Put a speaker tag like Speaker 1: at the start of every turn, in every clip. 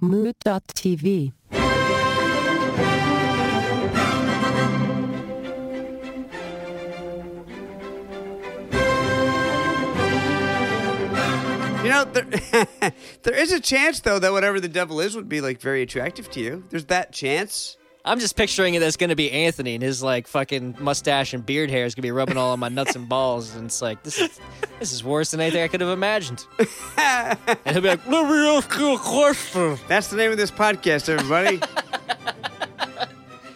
Speaker 1: Mood.tv.
Speaker 2: You know, there, there is a chance though that whatever the devil is would be like very attractive to you. There's that chance.
Speaker 3: I'm just picturing it as going to be Anthony and his like fucking mustache and beard hair is going to be rubbing all on my nuts and balls, and it's like this is this is worse than anything I could have imagined. and he'll be like, "Let me ask you a question."
Speaker 2: That's the name of this podcast, everybody.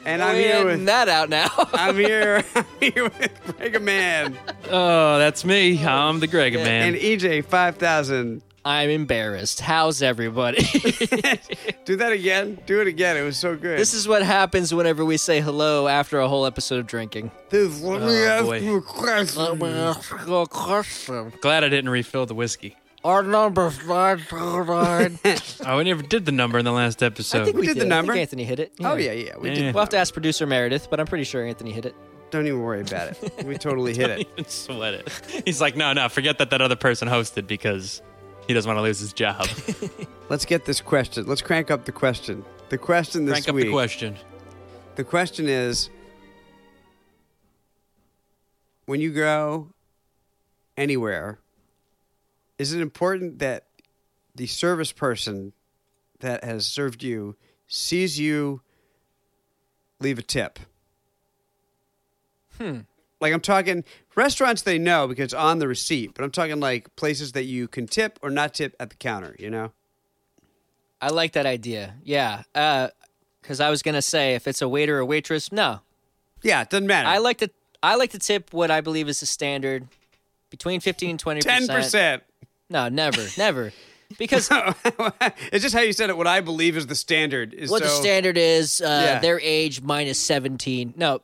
Speaker 2: and I'm
Speaker 3: We
Speaker 2: here
Speaker 3: editing
Speaker 2: with
Speaker 3: that out now.
Speaker 2: I'm here, I'm here with Mega Man
Speaker 4: Oh, that's me. I'm the Greg
Speaker 2: and
Speaker 4: man.
Speaker 2: EJ five thousand.
Speaker 3: I'm embarrassed. How's everybody?
Speaker 2: Do that again. Do it again. It was so good.
Speaker 3: this is what happens whenever we say hello after a whole episode of drinking.
Speaker 2: Dude, let me
Speaker 4: Oh,
Speaker 2: ask
Speaker 4: boy.
Speaker 2: you a question.
Speaker 3: question.
Speaker 4: Glad I didn't refill the whiskey.
Speaker 3: Our number's nine two nine.
Speaker 4: Oh, we never did the number in the last episode.
Speaker 3: I think we,
Speaker 2: did the
Speaker 3: I think
Speaker 2: number.
Speaker 3: Anthony hit it.
Speaker 2: Oh yeah, yeah. We
Speaker 4: Yeah.
Speaker 2: did.
Speaker 3: We'll have to ask producer Meredith, but I'm pretty sure Anthony hit it.
Speaker 2: Don't even worry about it. We totally hit it.
Speaker 4: Don't sweat it. He's like, no, no, forget that that other person hosted because he doesn't want to lose his job.
Speaker 2: Let's get this question. Let's crank up the question. The question this
Speaker 4: Crank up
Speaker 2: week.
Speaker 4: the question.
Speaker 2: The question is when you go anywhere, is it important that the service person that has served you sees you leave a tip? Hmm.
Speaker 3: Hmm.
Speaker 2: Like I'm talking restaurants they know because it's on the receipt, but I'm talking like places that you can tip or not tip at the counter, you know?
Speaker 3: I like that idea. Yeah. Because I was going to say, if it's a waiter or waitress, no.
Speaker 2: Yeah, it doesn't matter.
Speaker 3: I like to I like to tip what I believe is the standard between 15 and 20%.
Speaker 2: ten percent.
Speaker 3: No, never, never. Because
Speaker 2: it's just how you said it. What I believe is the standard is
Speaker 3: what the
Speaker 2: so-
Speaker 3: standard is uh,
Speaker 2: Yeah.
Speaker 3: their age minus 17 no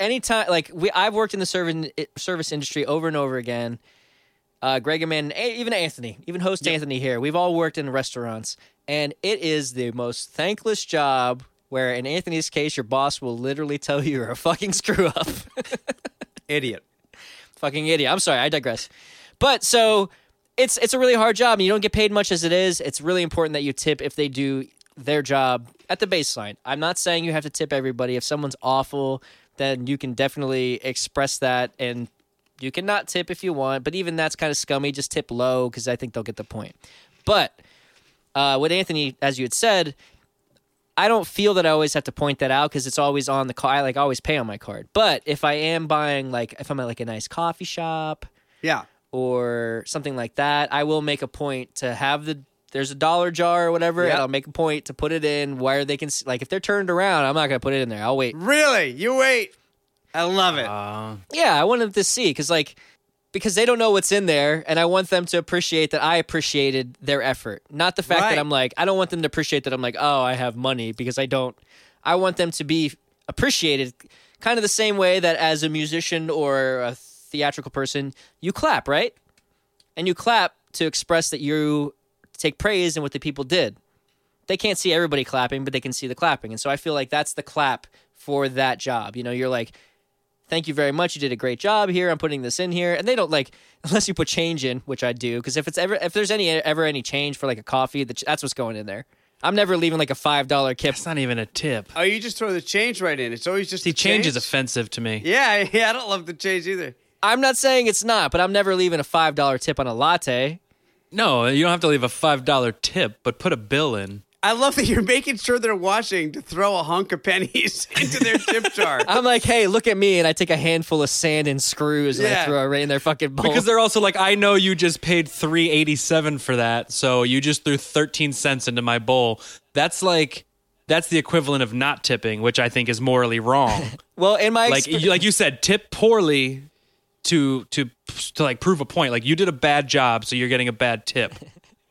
Speaker 3: anytime like we i've worked in the service service industry over and over again uh greg and man a- even anthony even host anthony here we've all worked in restaurants and it is the most thankless job where in anthony's case your boss will literally tell you you're a fucking screw up
Speaker 2: idiot.
Speaker 3: fucking idiot. I'm sorry, I digress. But so it's it's a really hard job and you don't get paid much as it is. It's really important that you tip if they do their job at the baseline. I'm not saying you have to tip everybody. If someone's awful, then you can definitely express that and you can not tip if you want, but even that's kind of scummy. Just tip low because I think they'll get the point. But uh, what Anthony, as you had said, I don't feel that I always have to point that out because it's always on the card. I like always pay on my card. But if I am buying, like, if I'm at like a nice coffee shop
Speaker 2: Yeah,
Speaker 3: or something like that, I will make a point to have the there's a dollar jar or whatever,
Speaker 2: Yeah.
Speaker 3: and I'll make a point to put it in where they can. See, like, if they're turned around, I'm not gonna put it in there. I'll wait.
Speaker 2: really. You wait. I love it.
Speaker 4: Uh,
Speaker 3: Yeah, I want them to see because like because they don't know what's in there, and I want them to appreciate that I appreciated their effort, not the fact
Speaker 2: Right.
Speaker 3: that I'm like I don't want them to appreciate that I'm like oh I have money because I don't. I want them to be appreciated, kind of the same way that as a musician or a theatrical person, you clap right, and you clap to express that you take praise in what the people did. They can't see everybody clapping, but they can see the clapping, and so I feel like that's the clap for that job. You know, you're like thank you very much. You did a great job here. I'm putting this in here, and they don't like unless you put change in, which I do, because if it's ever if there's any ever any change for like a coffee, the ch- that's what's going in there. I'm never leaving like a five dollar kip.
Speaker 4: It's not even a tip.
Speaker 2: Oh, you just throw the change right in. It's always just
Speaker 4: See,
Speaker 2: the
Speaker 4: Uh, change is offensive to me.
Speaker 2: Yeah, yeah. I don't love the change either.
Speaker 3: I'm not saying it's not, but I'm never leaving a five dollar tip on a latte.
Speaker 4: No, you don't have to leave a $5 tip, but put a bill in.
Speaker 2: I love that you're making sure they're watching to throw a hunk of pennies into their tip jar.
Speaker 3: I'm like, hey, look at me, and I take a handful of sand and screws and I
Speaker 2: Yeah.
Speaker 3: throw it right in their fucking bowl.
Speaker 4: Because they're also like, I know you just paid three eighty seven for that, so you just threw thirteen cents into my bowl. That's like that's the equivalent of not tipping, which I think is morally wrong.
Speaker 3: well, in my
Speaker 4: like
Speaker 3: expe-
Speaker 4: you, like you said, tip poorly to to to like prove a point. Like you did a bad job, so you're getting a bad tip.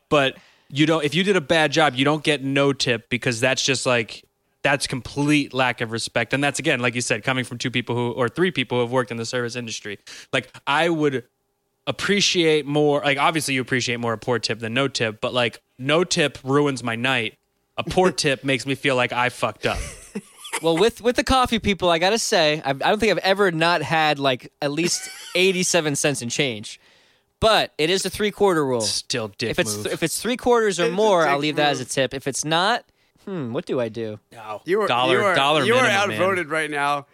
Speaker 4: but you don't. If you did a bad job, you don't get no tip because that's just like that's complete lack of respect. And that's again, like you said, coming from two people who or three people who have worked in the service industry. Like I would appreciate more like obviously you appreciate more a poor tip than no tip but like no tip ruins my night a poor tip makes me feel like i fucked up
Speaker 3: well, with with the coffee people, I gotta say, I've, I don't think I've ever not had like at least eighty seven cents in change. But it is a three quarter rule.
Speaker 4: Still dick
Speaker 3: If it's
Speaker 4: move.
Speaker 3: if it's three quarters or
Speaker 2: It's a
Speaker 3: more, I'll
Speaker 2: dick
Speaker 3: leave that as a
Speaker 2: move.
Speaker 3: tip. If it's not, hmm, what do I do?
Speaker 4: no.
Speaker 2: You are
Speaker 4: Oh, dollar
Speaker 2: you are,
Speaker 4: dollar
Speaker 2: You
Speaker 4: minimum,
Speaker 2: are
Speaker 4: man. Hmm.
Speaker 2: outvoted right now.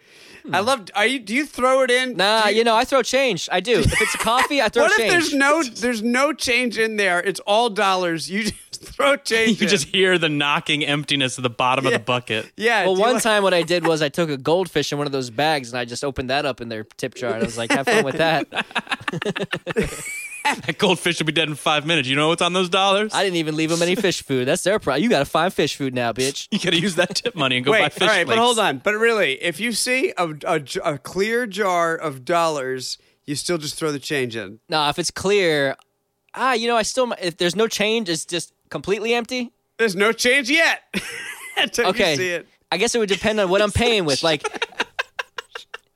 Speaker 2: I love. Are you? Do you throw it in?
Speaker 3: Nah,
Speaker 2: Do
Speaker 3: you, know, I throw change. I do. If it's a coffee, I throw
Speaker 2: What if
Speaker 3: change.
Speaker 2: there's no there's no change in there? It's all dollars. You just throw change.
Speaker 4: You
Speaker 2: in.
Speaker 4: just hear the knocking emptiness of the bottom of the bucket.
Speaker 2: yeah.
Speaker 3: well,
Speaker 2: do you
Speaker 3: one
Speaker 2: like-
Speaker 3: time what I did was I took a goldfish in one of those bags and I just opened that up in their tip jar. And I was like, have fun with that.
Speaker 4: That goldfish will be dead in five minutes. You know what's on those dollars?
Speaker 3: I didn't even leave them any fish food. That's their problem. You got to find fish food now, bitch.
Speaker 4: you gotta use that tip money and go
Speaker 2: Wait,
Speaker 4: buy fish.
Speaker 2: all right, but
Speaker 4: flakes.
Speaker 2: hold on. But really, if you see a, a j- a clear jar of dollars, you still just throw the change in.
Speaker 3: Nah, if it's clear, ah, you know, I still, if there's no change, it's just completely empty.
Speaker 2: There's no change yet. Until
Speaker 3: Okay.
Speaker 2: you see it.
Speaker 3: I guess it would depend on what I'm paying with. Like,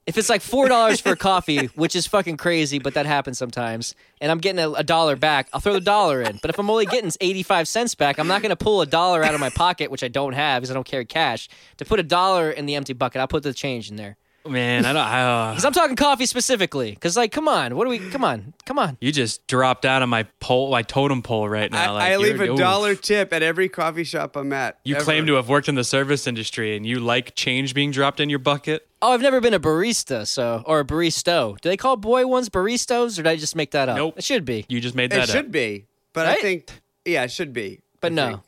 Speaker 3: if it's like four dollars for coffee, which is fucking crazy, but that happens sometimes, and I'm getting a, a dollar back, I'll throw the dollar in. But if I'm only getting eighty five cents back, I'm not gonna pull a dollar out of my pocket, which I don't have because I don't carry cash. To put a dollar in the empty bucket, I'll put the change in there.
Speaker 4: Oh, man. I don't. I, uh,
Speaker 3: Because I'm talking coffee specifically. Because like, come on, what do we? Come on, come on.
Speaker 4: you just dropped out of my pole, my totem pole right
Speaker 2: I,
Speaker 4: now. like,
Speaker 2: I leave
Speaker 4: you're-
Speaker 2: a
Speaker 4: ooh.
Speaker 2: dollar tip at every coffee shop I'm at.
Speaker 4: You
Speaker 2: ever.
Speaker 4: claim to have worked in the service industry and you like change being dropped in your bucket.
Speaker 3: Oh, I've never been a barista, so or a baristo. Do they call boy ones baristos, or did I just make that up?
Speaker 4: Nope.
Speaker 3: It should be,
Speaker 4: You just made
Speaker 2: It
Speaker 4: that
Speaker 2: should
Speaker 4: up.
Speaker 2: be, but I
Speaker 3: Right?
Speaker 2: think yeah, it should be.
Speaker 3: but
Speaker 2: I
Speaker 3: no.
Speaker 2: think.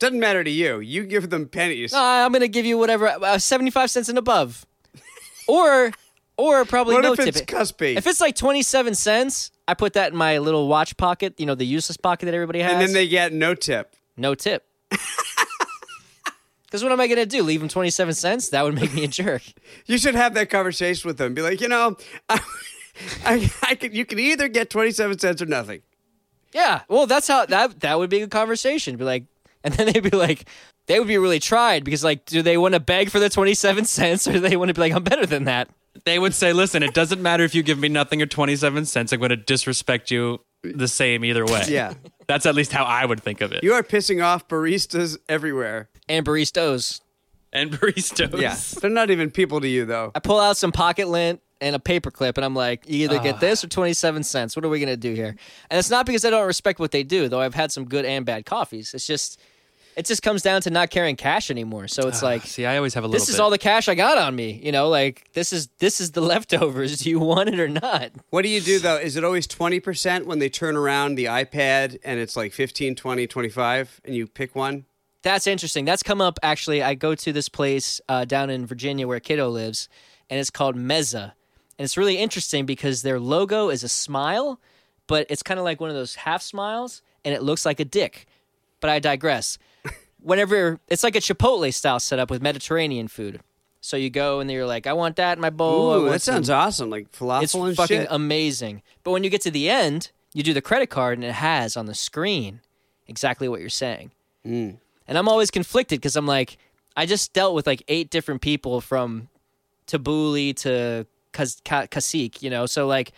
Speaker 2: doesn't matter to you. You give them pennies.
Speaker 3: Uh, I'm gonna give you whatever uh, 75 cents and above, or or probably
Speaker 2: what
Speaker 3: no
Speaker 2: if
Speaker 3: tip.
Speaker 2: it's
Speaker 3: it.
Speaker 2: cuspy?
Speaker 3: if it's like 27 cents, I put that in my little watch pocket, you know, the useless pocket that everybody has.
Speaker 2: and then they get no tip.
Speaker 3: no tip. Because what am I gonna do? Leave them 27 cents? That would make me a jerk.
Speaker 2: You should have that conversation with them. Be like, you know, I, I, I could, you can either get twenty seven cents or nothing.
Speaker 3: Yeah. Well, that's how that that would be a good conversation. Be like, and then they'd be like, they would be really tried because like, do they want to beg for the 27 cents or do they want to be like, I'm better than that?
Speaker 4: They would say, listen, it doesn't matter if you give me nothing or 27 cents. I'm going to disrespect you the same either way.
Speaker 2: Yeah.
Speaker 4: That's at least how I would think of it.
Speaker 2: You are pissing off baristas everywhere.
Speaker 3: And baristas.
Speaker 4: and baristas.
Speaker 2: Yeah, they're not even people to you though.
Speaker 3: I pull out some pocket lint and a paperclip, and I'm like, you either get
Speaker 4: Ah.
Speaker 3: this or 27 cents. What are we going to do here? And it's not because I don't respect what they do, though I've had some good and bad coffees. It's just, it just comes down to not carrying cash anymore. So it's like,
Speaker 4: Ah, See, I always have a little
Speaker 3: this is
Speaker 4: bit.
Speaker 3: all the cash I got on me. You know, like this is this is the leftovers. Do you want it or not?
Speaker 2: What do you do though? Is it always 20% when they turn around the iPad and it's like 15, 20, 25 and you pick one?
Speaker 3: That's interesting. That's come up actually. I go to this place uh, down in Virginia where Kiddo lives, and it's called Mezza. And it's really interesting because their logo is a smile, but it's kind of like one of those half smiles, and it looks like a dick. But I digress. Whenever it's like a Chipotle style setup with Mediterranean food. So you go and you're like, I want that in my bowl. I
Speaker 2: Ooh,
Speaker 3: want
Speaker 2: that
Speaker 3: some
Speaker 2: sounds awesome. Like falafel
Speaker 3: it's
Speaker 2: and
Speaker 3: fucking
Speaker 2: shit.
Speaker 3: amazing. But when you get to the end, you do the credit card and it has on the screen exactly what you're saying. And I'm always conflicted because I'm like, I just dealt with like eight different people from Tabuli to Kaz- Ka- Kasik, you know? So, like,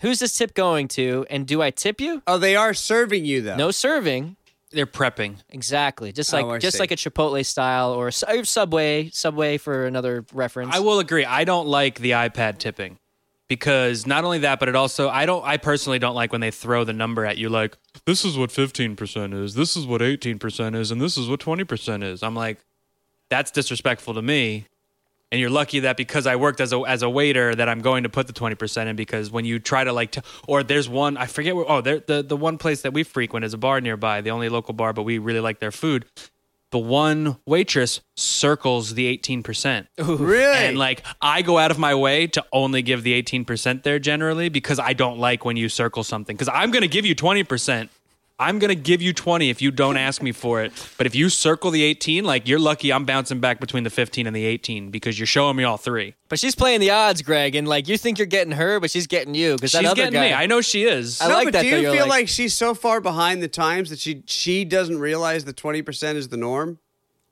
Speaker 3: who's this tip going to? And do I tip you?
Speaker 2: oh, they are serving you though.
Speaker 3: No serving.
Speaker 4: They're prepping.
Speaker 3: Exactly. Just
Speaker 2: Oh,
Speaker 3: like
Speaker 2: I
Speaker 3: just
Speaker 2: see.
Speaker 3: like a Chipotle style or a Su- or Subway, Subway for another reference.
Speaker 4: I will agree. I don't like the iPad tipping because not only that, but it also I don't. I personally don't like when they throw the number at you. Like this is what fifteen percent is. This is what eighteen percent is, and this is what twenty percent is. I'm like, that's disrespectful to me. And you're lucky that because I worked as a as a waiter that I'm going to put the twenty percent in because when you try to like t- or there's one I forget where oh there the the one place that we frequent is a bar nearby the only local bar but we really like their food. The one waitress circles the eighteen percent.
Speaker 2: Really?
Speaker 4: And like I go out of my way to only give the 18% there generally because I don't like when you circle something cuz I'm going to give you 20%. I'm going to give you 20 if you don't ask me for it. But if you circle the 18, like you're lucky I'm bouncing back between the 15 and the 18 because you're showing me all three.
Speaker 3: but she's playing the odds, Greg, and like you think you're getting her, but she's getting you because that
Speaker 4: She's
Speaker 3: other
Speaker 4: getting
Speaker 3: guy.
Speaker 4: me. I know she is.
Speaker 3: I
Speaker 2: no,
Speaker 3: like
Speaker 2: but
Speaker 3: that
Speaker 2: do
Speaker 3: though,
Speaker 2: you
Speaker 3: you're
Speaker 2: feel like,
Speaker 3: like-
Speaker 2: she's so far behind the times that she she doesn't realize that 20% is the norm?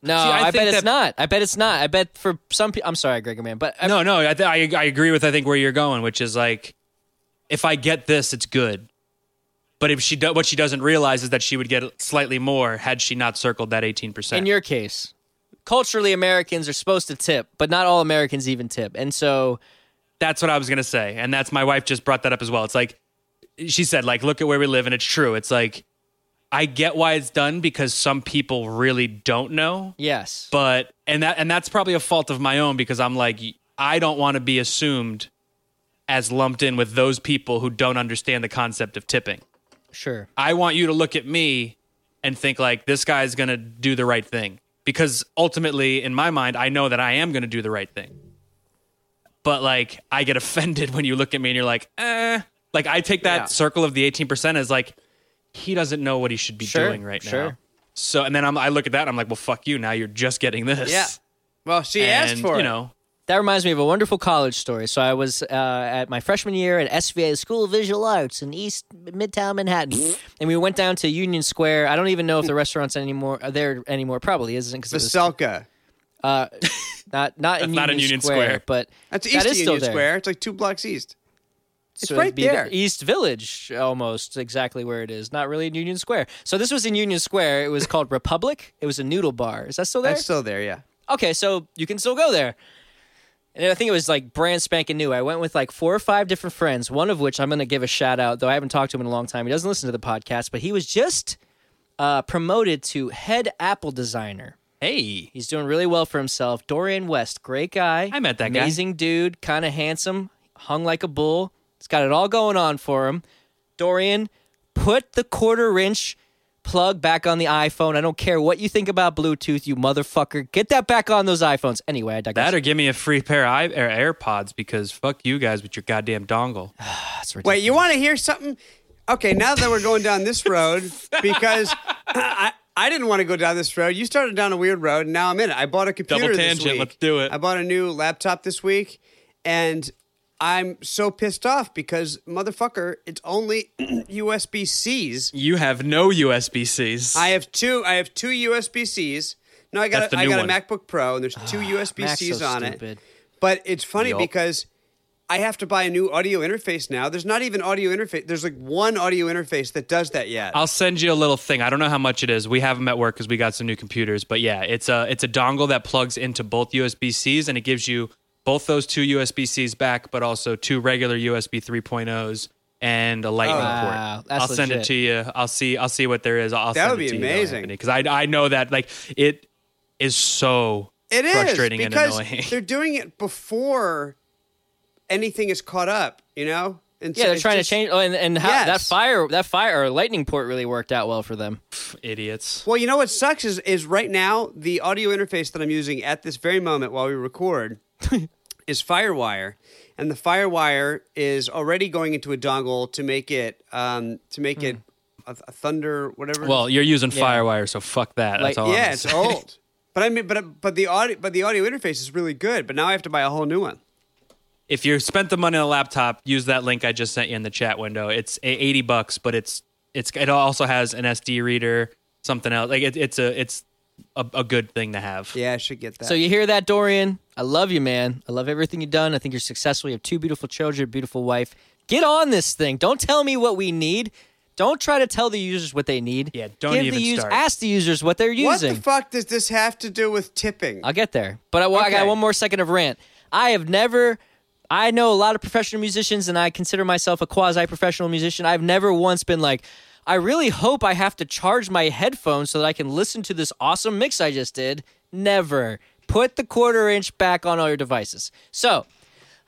Speaker 3: No,
Speaker 4: See, I
Speaker 3: I, bet
Speaker 4: think that-
Speaker 3: it's not. I bet it's not. I bet for some people, I'm sorry, Gregor man, but uh, I,
Speaker 4: no, no, I, th- I I agree with I think where you're going, which is like, if I get this, it's good. But if she do- what she doesn't realize is that she would get slightly more had she not circled that 18%.
Speaker 3: in your case, culturally, Americans are supposed to tip, but not all Americans even tip. And so,
Speaker 4: That's what I was gonna say, and that's my wife just brought that up as well. It's like she said like look at where we live and it's true it's like i get why it's done because some people really don't know
Speaker 3: Yes.
Speaker 4: but and that and that's probably a fault of my own because i'm like i don't want to be assumed as lumped in with those people who don't understand the concept of tipping
Speaker 3: sure.
Speaker 4: I want you to look at me and think like this guy's going to do the right thing because ultimately in my mind I know that I am going to do the right thing. But like I get offended when you look at me and you're like, "Eh." Like I take that
Speaker 2: Yeah.
Speaker 4: circle of the 18% as like he doesn't know what he should be
Speaker 3: Sure,
Speaker 4: doing right now.
Speaker 3: sure.
Speaker 4: So and then I'm, I look at that and I'm like, "Well, fuck you. Now you're just getting this."
Speaker 2: Yeah. Well, she asked
Speaker 4: And,
Speaker 2: for
Speaker 4: you
Speaker 2: it.
Speaker 4: know,
Speaker 3: That reminds me of a wonderful college story. So I was uh, at my freshman year at SVA the School of Visual Arts in East Midtown Manhattan, and we went down to Union Square. I don't even know if the restaurants anymore are there anymore. Probably isn't because it was
Speaker 2: Veselka.
Speaker 3: uh, not not in,
Speaker 4: That's
Speaker 3: Union,
Speaker 4: not in Union
Speaker 3: Square,
Speaker 4: Square.
Speaker 3: but
Speaker 2: That's
Speaker 3: that
Speaker 2: East
Speaker 3: is
Speaker 2: of Union
Speaker 3: still there.
Speaker 2: Square. It's like two blocks east. It's
Speaker 3: So it'd
Speaker 2: right
Speaker 3: be the
Speaker 2: there.
Speaker 3: East Village, almost exactly where it is. Not really in Union Square. So this was in Union Square. It was called Republic. It was a noodle bar. Is that still there?
Speaker 2: That's still there, yeah.
Speaker 3: okay, so you can still go there. And I think it was like brand spanking new. I went with like four or five different friends, one of which I'm going to give a shout out, though I haven't talked to him in a long time. He doesn't listen to the podcast, but he was just uh, promoted to head Apple designer.
Speaker 4: hey,
Speaker 3: He's doing really well for himself. Dorian West, great guy.
Speaker 4: I met that guy.
Speaker 3: Amazing dude, kind of handsome, hung like a bull. He's got it all going on for him. Dorian, put the quarter inch plug back on the iPhone. I don't care what you think about Bluetooth, you motherfucker. Get that back on those iPhones. Anyway, I digress.
Speaker 4: that or give me a free pair of i- or AirPods because fuck you guys with your goddamn dongle.
Speaker 3: That's ridiculous.
Speaker 2: Wait, you want to hear something? Okay, now that we're going down this road, because I, I didn't want to go down this road. You started down a weird road, and now I'm in it. I bought a computer
Speaker 4: Double
Speaker 2: this
Speaker 4: tangent,
Speaker 2: week.
Speaker 4: let's do it.
Speaker 2: I bought a new laptop this week, and I'm so pissed off because motherfucker, it's only USB C's.
Speaker 4: You have no USB Cs.
Speaker 2: I have two. I have two USB Cs. No, I got
Speaker 4: That's
Speaker 2: a,
Speaker 4: the
Speaker 2: I
Speaker 4: new
Speaker 2: got
Speaker 4: one. Ah,
Speaker 2: a MacBook Pro, and there's two USB
Speaker 3: Mac's so
Speaker 2: Cs on
Speaker 3: stupid.
Speaker 2: it. But it's funny
Speaker 4: Yup.
Speaker 2: because I have to buy a new audio interface now. There's not even audio interface. There's like one audio interface that does that yet.
Speaker 4: I'll send you a little thing. I don't know how much it is. We have them at work because we got some new computers. But yeah, it's a it's a dongle that plugs into both USB Cs and it gives you both those two USB Cs back, but also two regular USB 3.0s and a Lightning port.
Speaker 3: Oh, Wow, that's
Speaker 4: I'll send it
Speaker 3: legit.
Speaker 4: to you. I'll see. I'll see what there is. I'll
Speaker 2: That
Speaker 4: send
Speaker 2: would
Speaker 4: it
Speaker 2: be
Speaker 4: to
Speaker 2: amazing.
Speaker 4: because I I know that like it is so
Speaker 2: It is
Speaker 4: frustrating and
Speaker 2: because
Speaker 4: annoying.
Speaker 2: they're doing it before anything is caught up. You know, and
Speaker 3: Yeah,
Speaker 2: so
Speaker 3: they're
Speaker 2: it's
Speaker 3: trying
Speaker 2: just-
Speaker 3: to change. Oh, and, and how,
Speaker 2: Yes.
Speaker 3: that fire, that fire or lightning port really worked out well for them.
Speaker 4: idiots.
Speaker 2: Well, you know what sucks is is right now the audio interface that I'm using at this very moment while we record is FireWire, and the FireWire is already going into a dongle to make it um, to make it a, a Thunder whatever.
Speaker 4: Well, you're using FireWire, so fuck that.
Speaker 3: Like,
Speaker 4: That's all. I'm
Speaker 2: yeah,
Speaker 4: gonna
Speaker 2: it's
Speaker 4: say.
Speaker 2: old, but I mean, but but the audio but the audio interface is really good. But now I have to buy a whole new one.
Speaker 4: if you spent the money on a laptop, use that link I just sent you in the chat window. It's a- eighty bucks, but it's it's it also has an SD reader, something else. Like it, it's a it's a, a good thing to have.
Speaker 2: Yeah, I should get that.
Speaker 3: So you hear that, Dorian? I love you, man. I love everything you've done. I think you're successful. You have two beautiful children, a beautiful wife. Get on this thing. Don't tell me what we need. Don't try to tell the users what they need.
Speaker 4: Yeah, don't
Speaker 3: Give
Speaker 4: even
Speaker 3: the us-
Speaker 4: start.
Speaker 3: Ask the users what they're
Speaker 2: what
Speaker 3: using.
Speaker 2: the fuck does this have to do with tipping?
Speaker 3: I'll get there. But I, well, I
Speaker 2: Okay.
Speaker 3: got one more second of rant. I have never. I know a lot of professional musicians, and I consider myself a quasi-professional musician. I've never once been like, I really hope I have to charge my headphones so that I can listen to this awesome mix I just did. Never. Put the quarter inch back on all your devices. So,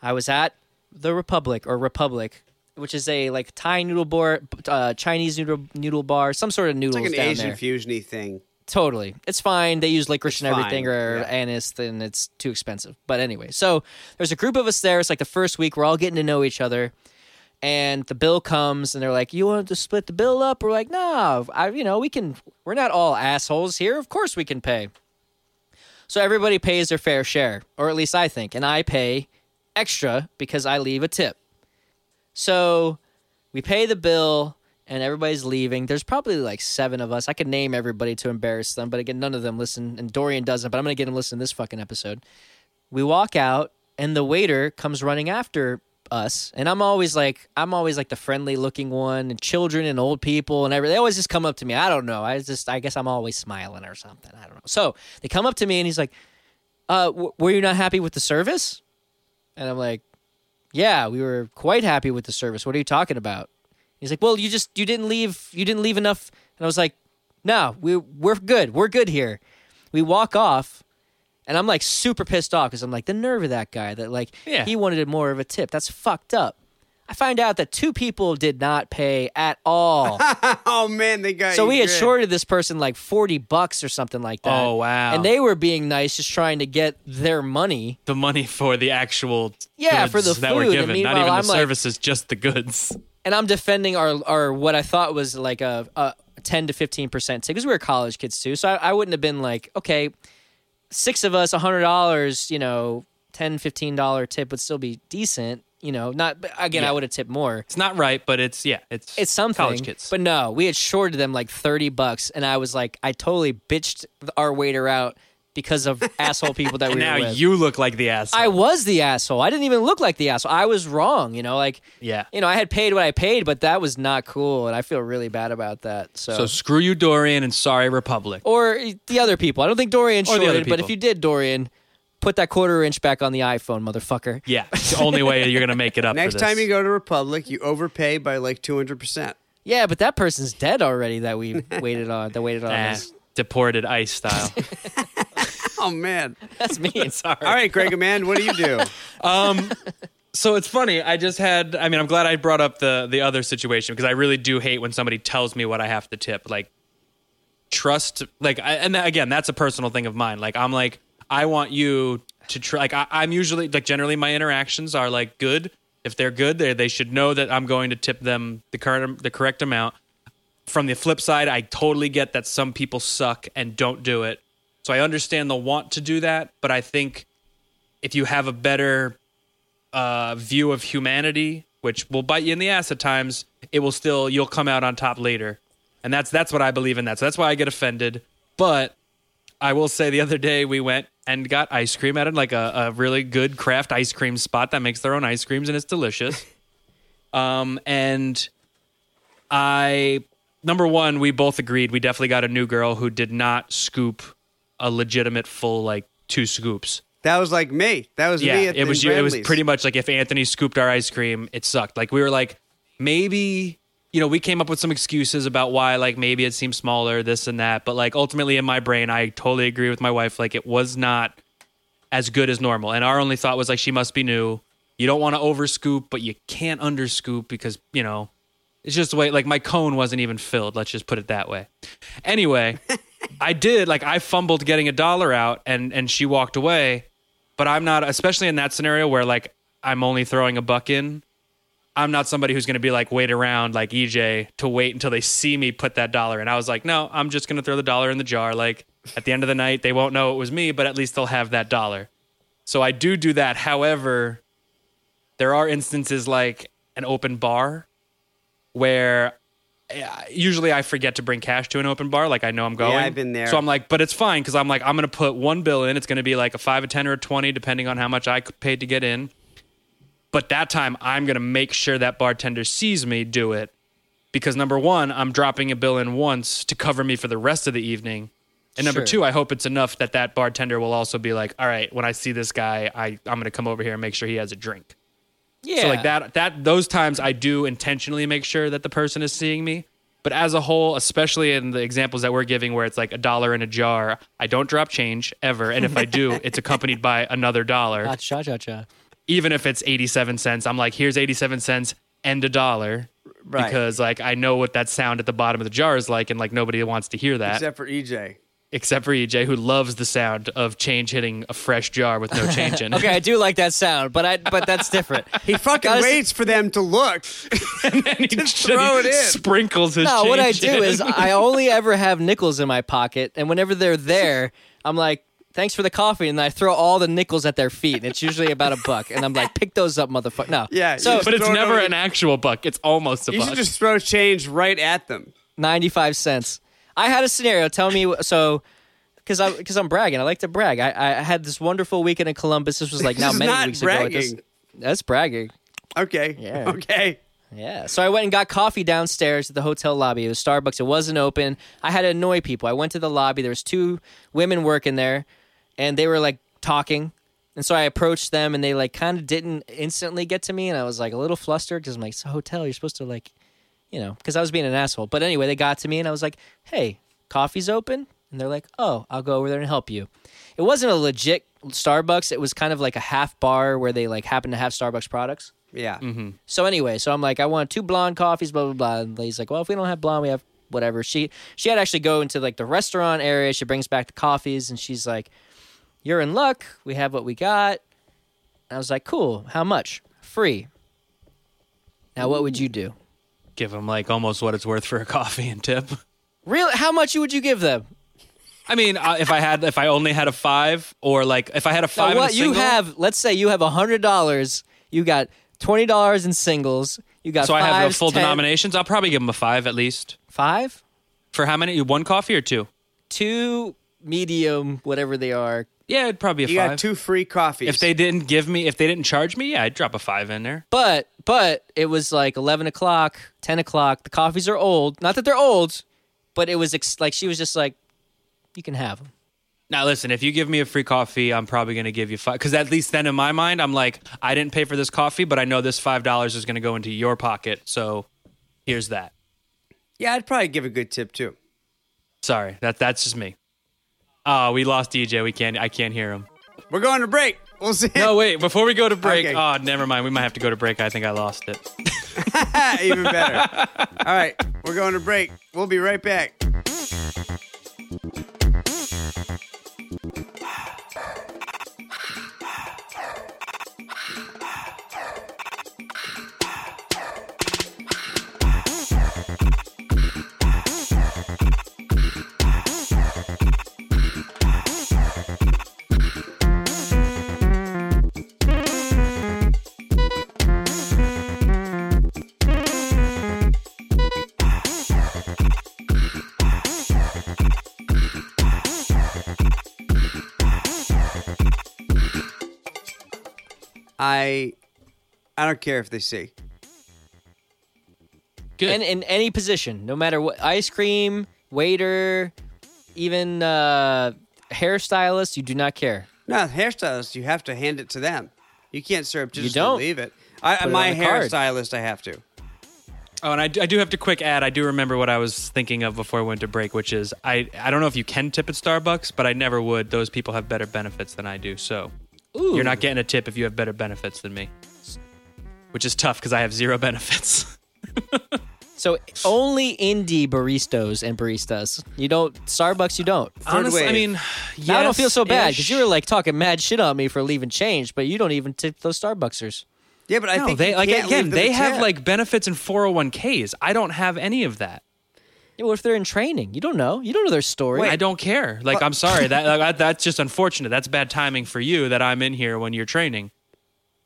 Speaker 3: I was at the Republic or Republic, which is a like Thai noodle bar, uh, Chinese noodle noodle bar, some sort of noodles
Speaker 2: it's like an
Speaker 3: down
Speaker 2: Asian
Speaker 3: there.
Speaker 2: fusiony thing.
Speaker 3: Totally. It's fine. They use licorice and
Speaker 2: fine,
Speaker 3: everything or
Speaker 2: yeah.
Speaker 3: anise, then it's too expensive. But anyway, so there's a group of us there. It's like the first week. We're all getting to know each other. And the bill comes and they're like, You want to split the bill up? We're like, No, I, you know, we can, we're not all assholes here. Of course we can pay. So everybody pays their fair share, or at least I think. And I pay extra because I leave a tip. So we pay the bill and everybody's leaving. There's probably like seven of us. I could name everybody to embarrass them, but again, none of them listen. And Dorian doesn't, but I'm going to get him to listen to this fucking episode. We walk out and the waiter comes running after us. And I'm always like, I'm always like the friendly looking one and children and old people and everything. They always just come up to me. I don't know. I just, I guess I'm always smiling or something. I don't know. So they come up to me and he's like, uh, w- were you not happy with the service? And I'm like, yeah, we were quite happy with the service. What are you talking about? He's like, "Well, you just you didn't leave you didn't leave enough." And I was like, "No, we we're good. We're good here." We walk off, and I'm like super pissed off because I'm like the nerve of that guy that like
Speaker 4: Yeah.
Speaker 3: he wanted it more of a tip. That's fucked up. I find out that two people did not pay at all.
Speaker 2: oh man, they got
Speaker 3: So
Speaker 2: you
Speaker 3: we had
Speaker 2: good.
Speaker 3: shorted this person like forty bucks or something like that.
Speaker 4: Oh, wow.
Speaker 3: And they were being nice, just trying to get their money.
Speaker 4: the money for the actual
Speaker 3: Yeah, for
Speaker 4: goods
Speaker 3: the
Speaker 4: that were
Speaker 3: food, and
Speaker 4: given, not
Speaker 3: meanwhile,
Speaker 4: even the
Speaker 3: I'm like-
Speaker 4: services, just the goods.
Speaker 3: And I'm defending our our what I thought was like a, a ten to fifteen percent tip because we were college kids too. So I, I wouldn't have been like, okay, six of us, hundred dollars, you know, ten fifteen dollar tip would still be decent. You know, not but again, I would have tipped more.
Speaker 4: It's not right, but it's yeah, it's
Speaker 3: it's something.
Speaker 4: college kids.
Speaker 3: But no, we had shorted them like 30 bucks and I was like I totally bitched our waiter out because of asshole people that we
Speaker 4: now
Speaker 3: were with.
Speaker 4: you look like the asshole.
Speaker 3: I was the asshole. I didn't even look like the asshole. I was wrong, you know, like
Speaker 4: Yeah.
Speaker 3: You know, I had paid what I paid, but that was not cool and I feel really bad about that. So,
Speaker 4: so screw you, Dorian, and sorry, Republic.
Speaker 3: or the other people. I don't think Dorian
Speaker 4: Or the other
Speaker 3: shorted, but
Speaker 4: people.
Speaker 3: if you did Dorian, put that quarter inch back on the iPhone, motherfucker.
Speaker 4: Yeah, it's the only way you're gonna make it up. for
Speaker 2: Next
Speaker 4: this.
Speaker 2: time you go to Republic, you overpay by like two hundred percent.
Speaker 3: Yeah, but that person's dead already that we waited on that waited on
Speaker 4: Ah,
Speaker 3: us.
Speaker 4: deported ice style.
Speaker 2: Oh man!
Speaker 3: That's mean.
Speaker 4: sorry.
Speaker 2: All right, Greg, man, what do you do?
Speaker 4: So it's funny. I just had. I mean, I'm glad I brought up the the other situation because I really do hate when somebody tells me what I have to tip. Like, trust. Like, I, and that, again, that's a personal thing of mine. Like, I'm like, I want you to try. Like, I, I'm usually like generally my interactions are like good. If they're good, they they should know that I'm going to tip them the current the correct amount. From the flip side, I totally get that some people suck and don't do it. So I understand the want to do that, but I think if you have a better uh, view of humanity, which will bite you in the ass at times, it will still you'll come out on top later, and that's that's what I believe in. That so that's why I get offended. But I will say, the other day we went and got ice cream at like a, a really good craft ice cream spot that makes their own ice creams and it's delicious. um, and I number one, we both agreed we definitely got a new girl who did not scoop a legitimate full like two scoops
Speaker 2: That was like me. That was me.
Speaker 4: yeah,
Speaker 2: At the
Speaker 4: it was you- it was
Speaker 2: Bradleys.
Speaker 4: pretty much like if Anthony scooped our ice cream, it sucked. Like we were like maybe you know we came up with some excuses about why like maybe it seemed smaller, this and that. But like ultimately in my brain, I totally agree with my wife. Like it was not as good as normal, and our only thought was like she must be new. You don't want to over scoop, but you can't under scoop because you know it's just the way like my cone wasn't even filled. Let's just put it that way. Anyway, I did like I fumbled getting a dollar out, and and she walked away but I'm not, especially in that scenario where like I'm only throwing a buck in. I'm not somebody who's going to be like wait around like EJ to wait until they see me put that dollar in. I was like, no, I'm just going to throw the dollar in the jar. Like at the end of the night, they won't know it was me, but at least they'll have that dollar. So I do do that. However, there are instances like an open bar where eh, usually I forget to bring cash to an open bar. Like I know I'm going.
Speaker 2: I've been there.
Speaker 4: So I'm like, but it's fine because I'm like, I'm going to put one bill in. It's going to be like a five, a 10, or a 20, depending on how much I paid to get in. But that time, I'm going to make sure that bartender sees me do it because number one, I'm dropping a bill in once to cover me for the rest of the evening. And number
Speaker 3: Sure.
Speaker 4: two, I hope it's enough that that bartender will also be like, all right, when I see this guy, I, I'm going to come over here and make sure he has a drink.
Speaker 3: Yeah.
Speaker 4: So like that that those times I do intentionally make sure that the person is seeing me. But as a whole, especially in the examples that we're giving where it's like a dollar in a jar, I don't drop change ever. And if I do, it's accompanied by another dollar.
Speaker 3: Ah, cha cha cha.
Speaker 4: Even if it's 87 cents, I'm like, here's 87 cents and a dollar.
Speaker 2: Right.
Speaker 4: Because like I know what that sound at the bottom of the jar is like and like nobody wants to hear that
Speaker 2: except for E EJ.
Speaker 4: except for EJ who loves the sound of change hitting a fresh jar with no change in it.
Speaker 3: Okay, I do like that sound, but I but that's different.
Speaker 2: He fucking
Speaker 3: Guys-
Speaker 2: waits for them to look.
Speaker 4: and he just
Speaker 2: throw it in.
Speaker 4: Sprinkles his
Speaker 3: no, what I
Speaker 4: change in.
Speaker 3: do is I only ever have nickels in my pocket, and whenever they're there, I'm like, "Thanks for the coffee," and I throw all the nickels at their feet, and it's usually about a buck, and I'm like, "Pick those up, motherfucker!" No,
Speaker 2: Yeah,
Speaker 3: so
Speaker 2: you-
Speaker 4: but it's
Speaker 2: Throw it
Speaker 4: never
Speaker 2: over-
Speaker 4: an actual buck. It's almost a
Speaker 2: You
Speaker 4: buck.
Speaker 2: should just throw change right at them.
Speaker 3: 95 cents. I had a scenario. Tell me so because I because I'm bragging. I like to brag. I I had this wonderful weekend in Columbus. This was like
Speaker 2: This
Speaker 3: now
Speaker 2: is
Speaker 3: many
Speaker 2: not
Speaker 3: weeks ago. This-
Speaker 2: bragging.
Speaker 3: That's bragging.
Speaker 2: Okay.
Speaker 3: Yeah.
Speaker 2: Okay.
Speaker 3: Yeah. So I went and got coffee downstairs at the hotel lobby. It was Starbucks. It wasn't open. I had to annoy people. I went to the lobby. There was two women working there, and they were like talking. And so I approached them, and they like kind of didn't instantly get to me, and I was like a little flustered because I'm like, it's a hotel. You're supposed to like you know, because I was being an asshole. But anyway, they got to me and I was like, hey, coffee's open. And they're like, oh, I'll go over there and help you. It wasn't a legit Starbucks. It was kind of like a half bar where they like happened to have Starbucks products.
Speaker 2: Yeah.
Speaker 4: Mm-hmm.
Speaker 3: So anyway, so I'm like, I want two blonde coffees, blah blah blah. And the lady's like, well, if we don't have blonde, we have whatever. She she had to actually go into like the restaurant area. She brings back the coffees, and she's like, "You're in luck. We have what we got." And I was like, "Cool. How much? Free." Now, what would you do?
Speaker 4: Give them like almost what it's worth for a coffee and tip.
Speaker 3: Really, how much would you give them?
Speaker 4: I mean, uh, if I had, if I only had a five, or like if I had a
Speaker 3: Now,
Speaker 4: five, and
Speaker 3: what
Speaker 4: a
Speaker 3: you
Speaker 4: single,
Speaker 3: have? Let's say you have a hundred dollars. You got twenty dollars in singles. You got
Speaker 4: so I have the
Speaker 3: fives,
Speaker 4: full
Speaker 3: 10
Speaker 4: denominations. I'll probably give them a five at least.
Speaker 3: Five,
Speaker 4: For how many? One coffee or two?
Speaker 3: two medium, whatever they are,
Speaker 4: Yeah, it'd probably be a
Speaker 2: You
Speaker 4: five.
Speaker 2: got two free coffees.
Speaker 4: If they didn't give me, if they didn't charge me, yeah, I'd drop a five in there.
Speaker 3: But but it was like eleven o'clock, ten o'clock. The coffees are old. Not that they're old, but it was ex- like she was just like, you can have them.
Speaker 4: Now listen, if you give me a free coffee, I'm probably going to give you five. Because at least then in my mind, I'm like, I didn't pay for this coffee, but I know this five dollars is going to go into your pocket. So here's that.
Speaker 2: yeah, I'd probably give a good tip too.
Speaker 4: Sorry, that that's just me. Oh, we lost DJ. We can't. I can't hear him.
Speaker 2: We're going to break. We'll see.
Speaker 4: No, wait. Before we go to break.
Speaker 2: Okay.
Speaker 4: Oh, never mind. We might have to go to break. I think I lost it.
Speaker 2: Even better. All right, we're going to break. We'll be right back. I I don't care if they see.
Speaker 4: Good.
Speaker 3: And in any position, no matter what, ice cream, waiter, even uh, hairstylist, you do not care.
Speaker 2: No, hairstylists, you have to hand it to them. You can't serve just
Speaker 3: don't.
Speaker 2: leave it. I,
Speaker 3: it
Speaker 2: my
Speaker 3: on the card.
Speaker 2: hairstylist, I have to.
Speaker 4: Oh, and I, do- I do have to quick add. I do remember what I was thinking of before I went to break, which is I, I don't know if you can tip at Starbucks, but I never would. Those people have better benefits than I do. So
Speaker 3: Ooh,
Speaker 4: you're not getting a tip if you have better benefits than me, which is tough because I have zero benefits.
Speaker 3: So only indie baristas and baristas. You don't Starbucks. You don't.
Speaker 4: Honestly, I
Speaker 2: wave.
Speaker 4: mean,
Speaker 3: Now I don't feel so bad
Speaker 4: yes-ish.
Speaker 3: because you were like talking mad shit on me for leaving change, but you don't even tip those Starbucksers.
Speaker 2: Yeah, but I
Speaker 4: No,
Speaker 2: think
Speaker 4: they
Speaker 2: you
Speaker 4: like
Speaker 2: can't
Speaker 4: again.
Speaker 2: leave them
Speaker 4: They
Speaker 2: a
Speaker 4: have
Speaker 2: tip.
Speaker 4: like benefits and 401ks. I don't have any of that.
Speaker 3: Yeah, well, if they're in training, you don't know. You don't know their story.
Speaker 4: I don't care. Like, I'm sorry. That, like, that's just unfortunate. That's bad timing for you that I'm in here when you're training.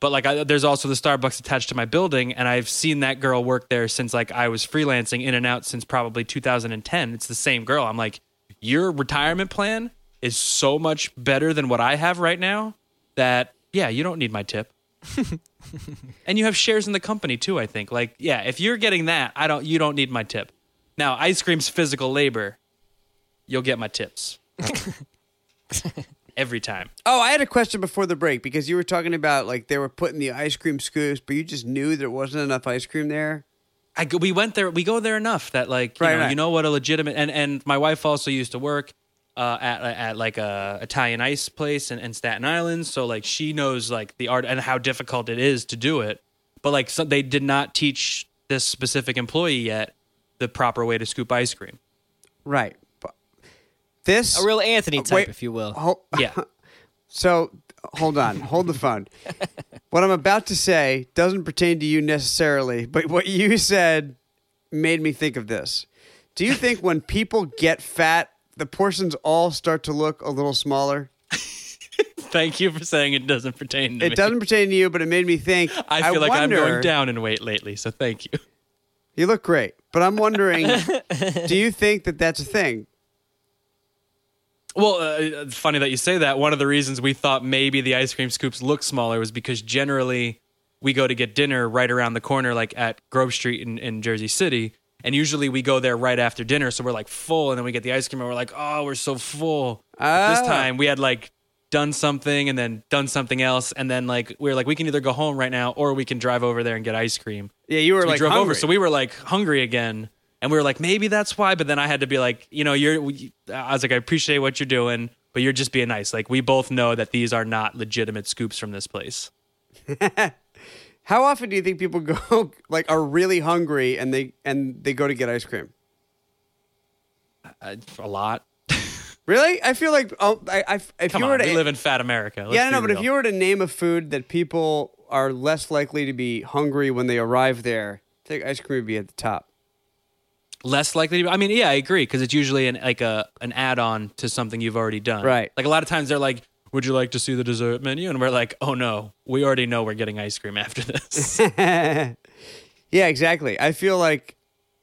Speaker 4: But like, I, there's also the Starbucks attached to my building, and I've seen that girl work there since like I was freelancing in and out since probably 2010. It's the same girl. I'm like, your retirement plan is so much better than what I have right now. That yeah, you don't need my tip. and you have shares in the company too. I think like yeah, if you're getting that, I don't. You don't need my tip. Now, ice cream's physical labor you'll get my tips every time.
Speaker 2: Oh, I had a question before the break because you were talking about like they were putting the ice cream scoops, but you just knew there wasn't enough ice cream there.
Speaker 4: I go, we went there. We go there enough that like you,
Speaker 2: Right,
Speaker 4: know,
Speaker 2: right.
Speaker 4: you know what a legitimate and and my wife also used to work uh, at at like a Italian ice place in, in Staten Island, so like she knows like the art and how difficult it is to do it. But like so, they did not teach this specific employee yet the proper way to scoop ice cream.
Speaker 2: Right. But This
Speaker 3: A real Anthony type,
Speaker 2: Uh, wait. Oh,
Speaker 3: if you will.
Speaker 2: Ho-
Speaker 4: Yeah,
Speaker 2: So hold on, hold the phone. what I'm about to say doesn't pertain to you necessarily, but what you said made me think of this. Do you think when people get fat, the portions all start to look a little smaller?
Speaker 4: thank you for saying it doesn't pertain to me.
Speaker 2: It doesn't pertain to you, but it made me think.
Speaker 4: I feel like
Speaker 2: wonder,
Speaker 4: I'm going down in weight lately, so thank you.
Speaker 2: You look great, but I'm wondering, do you think that that's a thing?
Speaker 4: Well, uh, it's funny that you say that. One of the reasons we thought maybe the ice cream scoops look smaller was because generally we go to get dinner right around the corner, like at Grove Street in, in Jersey City. And usually we go there right after dinner. So we're like full. And then we get the ice cream and we're like, oh, we're so full. But this
Speaker 2: Ah.
Speaker 4: time we had like done something and then done something else and then like we were like we can either go home right now or we can drive over there and get ice cream.
Speaker 2: Yeah, you were
Speaker 4: So we
Speaker 2: like
Speaker 4: drove
Speaker 2: hungry.
Speaker 4: over, so we were like hungry again, and we were like maybe that's why. But then I had to be like, you know, you're. we- I was like, I appreciate what you're doing, but you're just being nice. Like we both know that these are not legitimate scoops from this place.
Speaker 2: How often do you think people go like are really hungry and they and they go to get ice cream?
Speaker 4: Uh, a lot.
Speaker 2: Really? I feel like oh, I, I if
Speaker 4: Come
Speaker 2: you
Speaker 4: on,
Speaker 2: were to
Speaker 4: we live in fat America. Let's
Speaker 2: yeah, I
Speaker 4: be
Speaker 2: know, but if
Speaker 4: real.
Speaker 2: you were to name a food that people are less likely to be hungry when they arrive there, I think ice cream would be at the top.
Speaker 4: less likely to I mean, yeah, I agree because it's usually an like a an add-on to something you've already done.
Speaker 2: Right.
Speaker 4: Like a lot of times they're like, "Would you like to see the dessert menu?" and we're like, "Oh no, we already know we're getting ice cream after this."
Speaker 2: Yeah, exactly. I feel like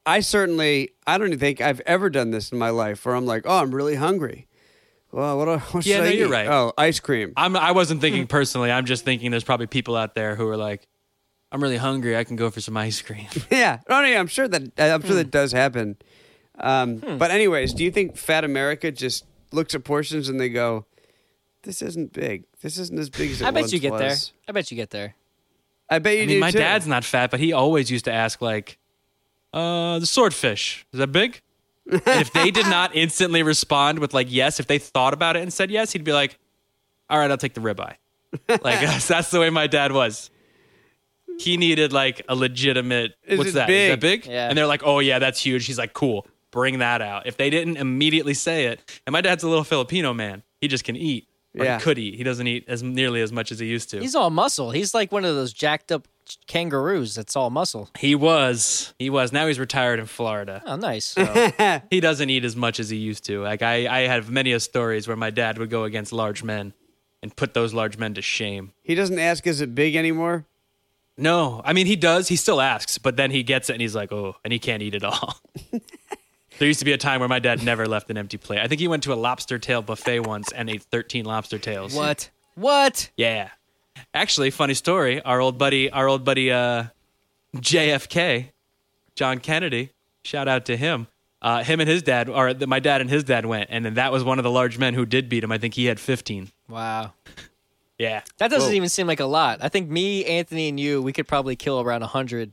Speaker 2: I certainly I don't think I've ever done this in my life where I'm like, oh, I'm really hungry. Well, what? do- what
Speaker 4: Yeah,
Speaker 2: should
Speaker 4: no,
Speaker 2: I
Speaker 4: you're
Speaker 2: eat?
Speaker 4: right.
Speaker 2: Oh, ice cream.
Speaker 4: I'm I wasn't thinking personally. I'm just thinking there's probably people out there who are like, "I'm really hungry. I can go for some ice cream."
Speaker 2: yeah. No, no, yeah, I'm sure that I'm sure
Speaker 4: Hmm.
Speaker 2: that does happen. Um, But anyways, do you think Fat America just looks at portions and they go, "This isn't big. This isn't as big as it
Speaker 3: I bet
Speaker 2: once
Speaker 3: you get there.
Speaker 2: was."
Speaker 3: I bet you get there.
Speaker 2: I bet you
Speaker 4: I mean,
Speaker 2: do
Speaker 4: my
Speaker 2: too.
Speaker 4: dad's not fat, but he always used to ask like, "Uh, the swordfish is that big?" and if they did not instantly respond with like yes, if they thought about it and said yes, he'd be like, "All right, I'll take the ribeye." Like that's, that's the way my dad was. He needed like a legitimate.
Speaker 2: Is
Speaker 4: what's
Speaker 2: it
Speaker 4: that? Is that
Speaker 2: big?"
Speaker 4: big?
Speaker 3: Yeah.
Speaker 4: And they're like, "Oh yeah, that's huge." He's like, "Cool, bring that out." If they didn't immediately say it, and my dad's a little Filipino man, he just can eat. Or
Speaker 2: Yeah.
Speaker 4: he could eat. He doesn't eat as nearly as much as he used to.
Speaker 3: He's all muscle. He's like one of those jacked up kangaroos that's all muscle.
Speaker 4: He was. He was. Now he's retired in Florida.
Speaker 3: Oh, nice.
Speaker 4: He doesn't eat as much as he used to. Like I, I have many a stories where my dad would go against large men and put those large men to shame.
Speaker 2: He doesn't ask, "Is it big anymore?"
Speaker 4: No, I mean he does. He still asks, but then he gets it and he's like, oh, and he can't eat it all. there used to be a time where my dad never left an empty plate. I think he went to a lobster tail buffet once and ate thirteen lobster tails.
Speaker 3: what? What?
Speaker 4: Yeah. Actually, funny story. Our old buddy, our old buddy, uh, JFK, John Kennedy. Shout out to him. Uh, him and his dad, or th- my dad and his dad went, and then that was one of the large men who did beat him. I think he had 15.
Speaker 3: Wow.
Speaker 4: Yeah.
Speaker 3: That doesn't
Speaker 2: Whoa.
Speaker 3: even seem like a lot. I think me, Anthony, and you, we could probably kill around 100.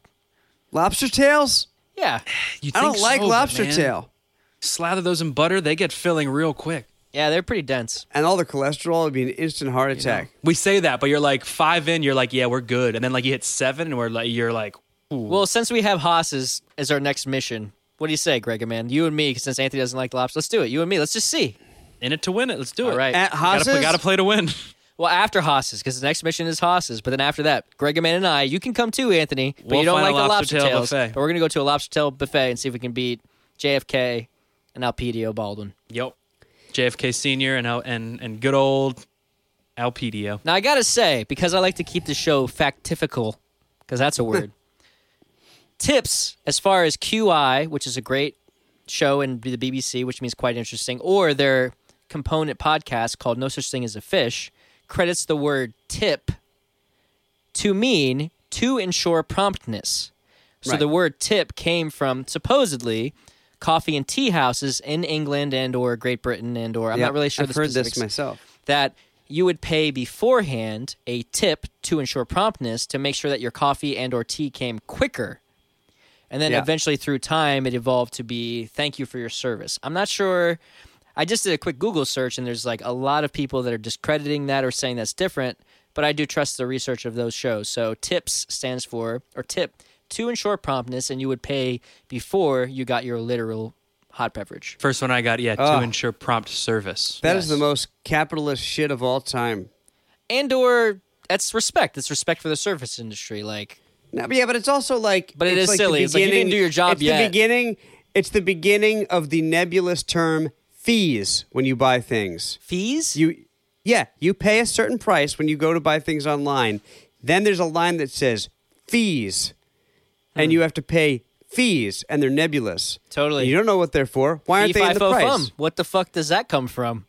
Speaker 2: Lobster tails?
Speaker 3: Yeah.
Speaker 4: You
Speaker 2: I don't
Speaker 4: think
Speaker 2: like
Speaker 4: so, but
Speaker 2: lobster
Speaker 4: man,
Speaker 2: tail.
Speaker 4: Slather those in butter; they get filling real quick.
Speaker 3: Yeah, they're pretty dense.
Speaker 2: And all the cholesterol would be an instant heart attack.
Speaker 4: We say that, but you're like five in, you're like, yeah, we're good, and then like you hit seven, and we're like, you're like,
Speaker 3: Well, since we have Haas as, as our next mission, what do you say, Gregor, man? You and me, since Anthony doesn't like lobster, let's do it. You and me, let's just see.
Speaker 4: in it to win it. Let's do it.
Speaker 3: All right.
Speaker 2: At
Speaker 4: Gotta,
Speaker 2: Haas's?
Speaker 4: play, gotta play to win.
Speaker 3: Well, after Haas's, because the next mission is Haas's. But then after that, Gregor Man and I, you can come too, Anthony. But
Speaker 4: We'll
Speaker 3: you don't
Speaker 4: find
Speaker 3: like
Speaker 4: a
Speaker 3: the
Speaker 4: lobster
Speaker 3: lobster
Speaker 4: tail
Speaker 3: tails.
Speaker 4: buffet.
Speaker 3: But we're gonna go to a lobster tail buffet and see if we can beat JFK and Alpedio Baldwin.
Speaker 4: Yep. JFK Senior and Al- and and good old Alpedio.
Speaker 3: Now I gotta say, because I like to keep the show factifical, because that's a word. tips as far as QI, which is a great show in the BBC, which means quite interesting, or their component podcast called No Such Thing as a Fish, credits the word tip to mean to ensure promptness. So
Speaker 2: Right.
Speaker 3: the word tip came from supposedly coffee and tea houses in England and or Great Britain and or I'm
Speaker 2: Yeah,
Speaker 3: not really sure
Speaker 2: I've
Speaker 3: the
Speaker 2: heard
Speaker 3: specifics
Speaker 2: this myself.
Speaker 3: that you would pay beforehand a tip to ensure promptness to make sure that your coffee and or tea came quicker and then
Speaker 2: Yeah.
Speaker 3: eventually through time it evolved to be thank you for your service i'm not sure i just did a quick google search and there's like a lot of people that are discrediting that or saying that's different but i do trust the research of those shows so tips stands for or tip to ensure promptness and you would pay before you got your literal hot beverage
Speaker 4: First one I got, yeah,
Speaker 2: Ah.
Speaker 4: to ensure prompt service.
Speaker 2: That is
Speaker 3: Yes.
Speaker 2: the most capitalist shit of all time.
Speaker 3: and or that's respect it's respect for the service industry like
Speaker 2: No, but yeah, but it's also like,
Speaker 3: But it
Speaker 2: it's
Speaker 3: is
Speaker 2: like
Speaker 3: silly.
Speaker 2: The
Speaker 3: It's like you didn't
Speaker 2: beginning-
Speaker 3: do your job
Speaker 2: it's The
Speaker 3: yet.
Speaker 2: beginning. It's the beginning of the nebulous term fees when you buy things.
Speaker 3: fees
Speaker 2: You, yeah, you pay a certain price when you go to buy things online. Then there's a line that says fees, and you have to pay fees, and they're nebulous.
Speaker 3: Hmm. Totally.
Speaker 2: And you don't know what they're for. Why aren't they in the price?
Speaker 3: What the fuck does that come from?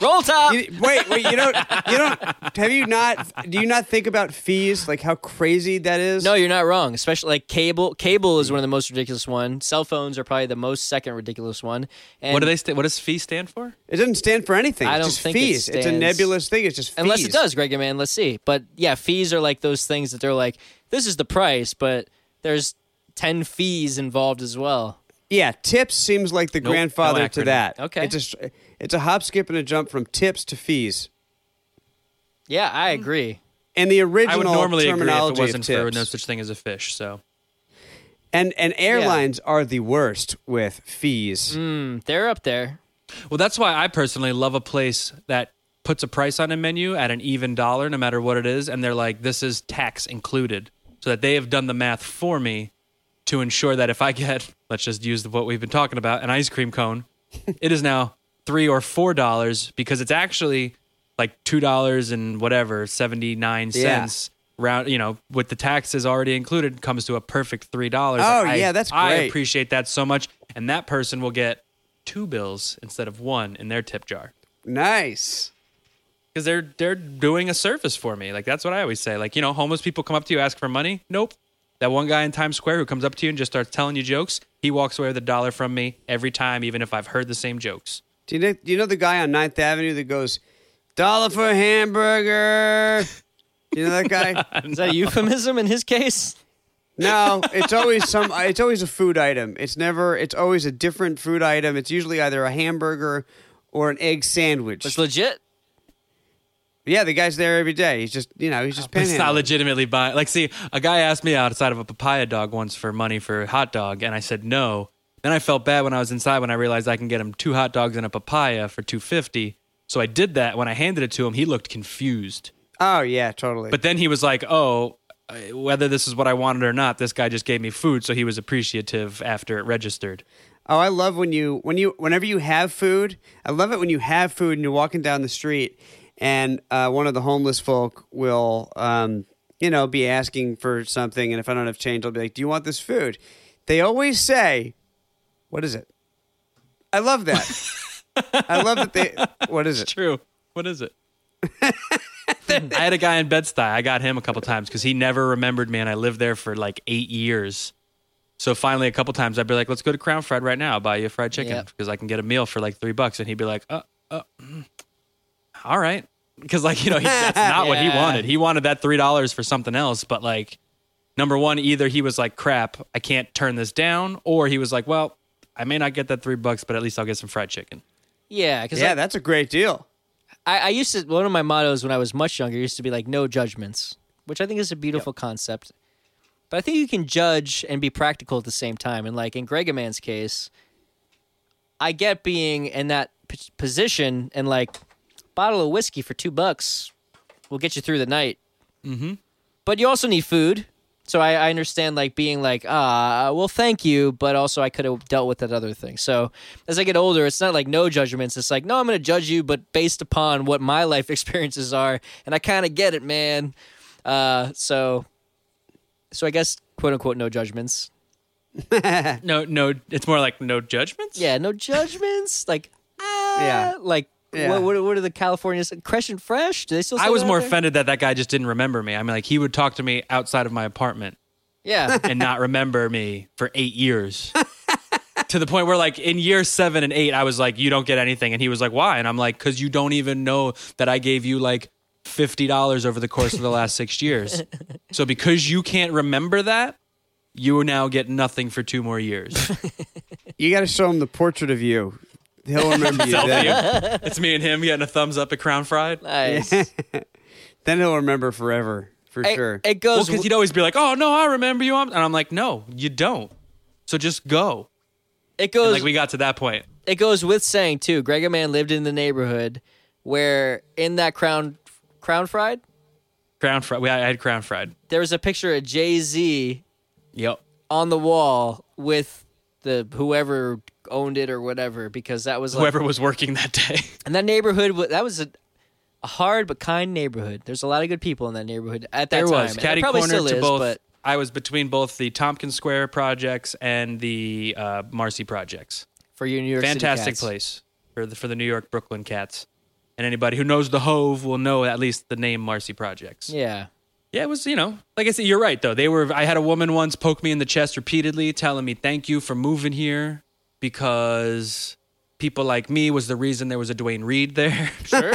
Speaker 3: Roll top.
Speaker 2: You- wait, wait. You don't. You don't. Have you not? Do you not think about fees? Like how crazy that is.
Speaker 3: No, you're not wrong. Especially like cable. Cable is one of the most ridiculous one. Cell phones are probably the most second ridiculous one. And
Speaker 4: What do they? St- what does fee stand for?
Speaker 2: it doesn't stand for anything.
Speaker 3: I
Speaker 2: It's
Speaker 3: don't
Speaker 2: just
Speaker 3: think it
Speaker 2: fees. it's a
Speaker 3: stands-
Speaker 2: nebulous thing. It's just fees.
Speaker 3: Unless it does, Greg and man, let's see. But yeah, fees are like those things that they're like, this is the price, but there's ten fees involved as well.
Speaker 2: Yeah, tips seems like the
Speaker 4: Nope,
Speaker 2: grandfather
Speaker 4: no
Speaker 2: to
Speaker 4: acronym.
Speaker 2: that.
Speaker 3: Okay.
Speaker 2: It's a str- it's a hop, skip, and a jump from tips to fees.
Speaker 3: Yeah, I agree.
Speaker 2: And the original
Speaker 4: I would normally agree
Speaker 2: terminology
Speaker 4: if it wasn't
Speaker 2: of
Speaker 4: for
Speaker 2: tips.
Speaker 4: no such thing as a fish. So
Speaker 2: and and airlines are the worst with fees.
Speaker 3: Mm, they're up there.
Speaker 4: Well, that's why I personally love a place that puts a price on a menu at an even dollar, no matter what it is, and they're like, "This is tax included," so that they have done the math for me to ensure that if I get, let's just use what we've been talking about, an ice cream cone, it is now three or four dollars because it's actually like two dollars and whatever seventy nine cents. Round, you know, with the taxes already included, comes to a perfect three dollars.
Speaker 2: Oh, yeah, that's
Speaker 4: I
Speaker 2: great.
Speaker 4: appreciate that so much, and that person will get two bills instead of one in their tip jar
Speaker 2: Nice.
Speaker 4: because they're they're doing a service for me. Like that's what I always say. Like you know, homeless people come up to you ask for money. Nope. That one guy in Times Square who comes up to you and just starts telling you jokes, he walks away with a dollar from me every time, even if I've heard the same jokes.
Speaker 2: Do you know, do you know the guy on 9th Avenue that goes dollar for a hamburger? You know that guy?
Speaker 3: Is that a euphemism in his case?
Speaker 2: no, it's always some. It's always a food item. It's never. It's always a different food item. It's usually either a hamburger or an egg sandwich.
Speaker 3: It's legit.
Speaker 2: Yeah, the guy's there every day. He's just, you know, he's just
Speaker 4: It's not
Speaker 2: panhandling.
Speaker 4: legitimately buying. Like, see, a guy asked me outside of a papaya dog once for money for a hot dog, and I said no. Then I felt bad when I was inside when I realized I can get him two hot dogs and a papaya for two fifty. So I did that. When I handed it to him, he looked confused.
Speaker 2: Oh yeah, totally.
Speaker 4: But then he was like, "Oh, uh, whether this is what I wanted or not, this guy just gave me food, so he was appreciative after it registered."
Speaker 2: oh, I love when you when you whenever you have food. I love it when you have food and you're walking down the street, and uh, one of the homeless folk will, um, you know, be asking for something, and if I don't have change, I'll be like, "Do you want this food?" They always say, "What is it?" I love that. I love that they. What is it?
Speaker 4: True. What is it? I had a guy in Bed Stuy. I got him a couple times because he never remembered me, and I lived there for like eight years. So finally, a couple times, I'd be like, "Let's go to Crown Fried right now. I'll buy you a fried chicken
Speaker 3: Yep.
Speaker 4: because I can get a meal for like three bucks." And he'd be like, "Uh, uh, mm, all right," because like you know he, that's not what he
Speaker 3: Yeah.
Speaker 4: wanted. He wanted that three dollars for something else. But like, number one, either he was like, "Crap, I can't turn this down," or he was like, "Well, I may not get that three bucks, but at least I'll get some fried chicken."
Speaker 3: Yeah, because
Speaker 2: Yeah, that's a great deal.
Speaker 3: I, I used to one of my mottos when I was much younger used to be like no judgments, which I think is a beautiful concept. But I think you can judge and be practical at the same time. And like in Gregaman's case, I get being in that p- position and like bottle of whiskey for two bucks will get you through the night. Mm-hmm. But you also need food, so I, I understand like being like ah well thank you, but also I could have dealt with that other thing. So as I get older, it's not like no judgments. It's like no, I'm going to judge you, but based upon what my life experiences are, and I kind of get it, man. Uh, so so I guess quote unquote no judgments.
Speaker 4: No, no, it's more like no judgments.
Speaker 3: Yeah, no judgments. like ah,
Speaker 2: Yeah.
Speaker 3: like.
Speaker 2: Yeah.
Speaker 3: What, what, what are the Californians? Fresh and fresh? Do they still? Say
Speaker 4: I was
Speaker 3: that out
Speaker 4: more
Speaker 3: there?
Speaker 4: offended that that guy just didn't remember me. I mean, like he would talk to me outside of my apartment
Speaker 3: Yeah.
Speaker 4: and not remember me for eight years. to the point where, like, in year seven and eight, I was like, "You don't get anything," and he was like, "Why?" And I'm like, "Cause you don't even know that I gave you like fifty dollars over the course of the last six years. So because you can't remember that, you now get nothing for two more years.
Speaker 2: You got to show him the portrait of you. He'll remember you. then.
Speaker 4: it's me and him getting a thumbs up at Crown Fried.
Speaker 3: Nice.
Speaker 2: then he'll remember forever for
Speaker 3: It,
Speaker 2: sure.
Speaker 3: it goes.
Speaker 4: Well, because he'd always be like, "Oh no, I remember you," I'm-" and I'm like, "No, you don't. So just go."
Speaker 3: it goes.
Speaker 4: And, like we got to that point.
Speaker 3: it goes with saying too. Greg man lived in the neighborhood where in that crown crown fried
Speaker 4: Crown fried. We I had crown fried.
Speaker 3: there was a picture of Jay Z
Speaker 4: Yep.
Speaker 3: on the wall with the whoever owned it or whatever because that was like,
Speaker 4: Whoever was working that day.
Speaker 3: and that neighborhood wa- that was a, a hard but kind neighborhood. There's a lot of good people in that neighborhood at that
Speaker 4: there
Speaker 3: time.
Speaker 4: was
Speaker 3: and
Speaker 4: caddy
Speaker 3: there probably
Speaker 4: corner
Speaker 3: still
Speaker 4: to
Speaker 3: is,
Speaker 4: both.
Speaker 3: but
Speaker 4: I was between both the Tompkins Square projects and the uh, Marcy projects.
Speaker 3: for your New York City
Speaker 4: Fantastic
Speaker 3: cats.
Speaker 4: place for the for the New York Brooklyn Cats. And anybody who knows the Hove will know at least the name Marcy Projects.
Speaker 3: Yeah.
Speaker 4: Yeah, it was, you know, like I said, you're right though. They were I had a woman once poke me in the chest repeatedly, telling me thank you for moving here because people like me was the reason there was a Dwayne Reed there.
Speaker 3: Sure.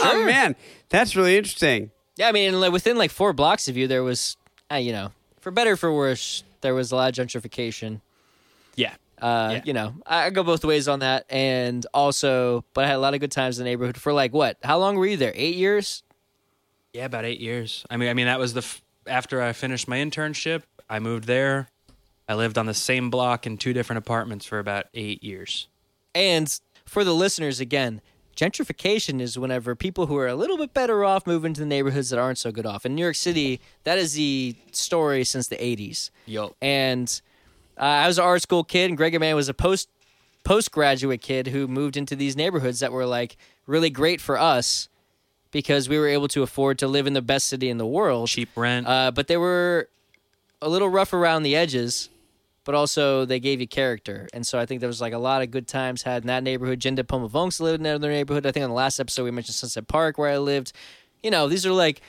Speaker 2: Oh man, that's really interesting.
Speaker 3: yeah. I mean, and, like, within like four blocks of you, there was, uh, you know, for better or for worse, there was a lot of gentrification.
Speaker 4: yeah.
Speaker 3: Uh,
Speaker 4: Yeah.
Speaker 3: You know, I, I go both ways on that, and also, but I had a lot of good times in the neighborhood for like what? How long were you there? Eight years?
Speaker 4: Yeah, about 8 years. I mean, I mean that was the f- after I finished my internship, I moved there. I lived on the same block in two different apartments for about 8 years.
Speaker 3: And for the listeners again, gentrification is whenever people who are a little bit better off move into the neighborhoods that aren't so good off. In New York City, that is the story since the 80s.
Speaker 4: Yo.
Speaker 3: And uh, I was an art school kid, and Gregor Mann was a post postgraduate kid who moved into these neighborhoods that were like really great for us because we were able to afford to live in the best city in the world.
Speaker 4: Cheap rent.
Speaker 3: Uh, but they were a little rough around the edges, but also they gave you character. And so I think there was like a lot of good times had in that neighborhood. Jinda Pomavonks lived in another neighborhood. I think on the last episode we mentioned Sunset Park where I lived. You know, these are like,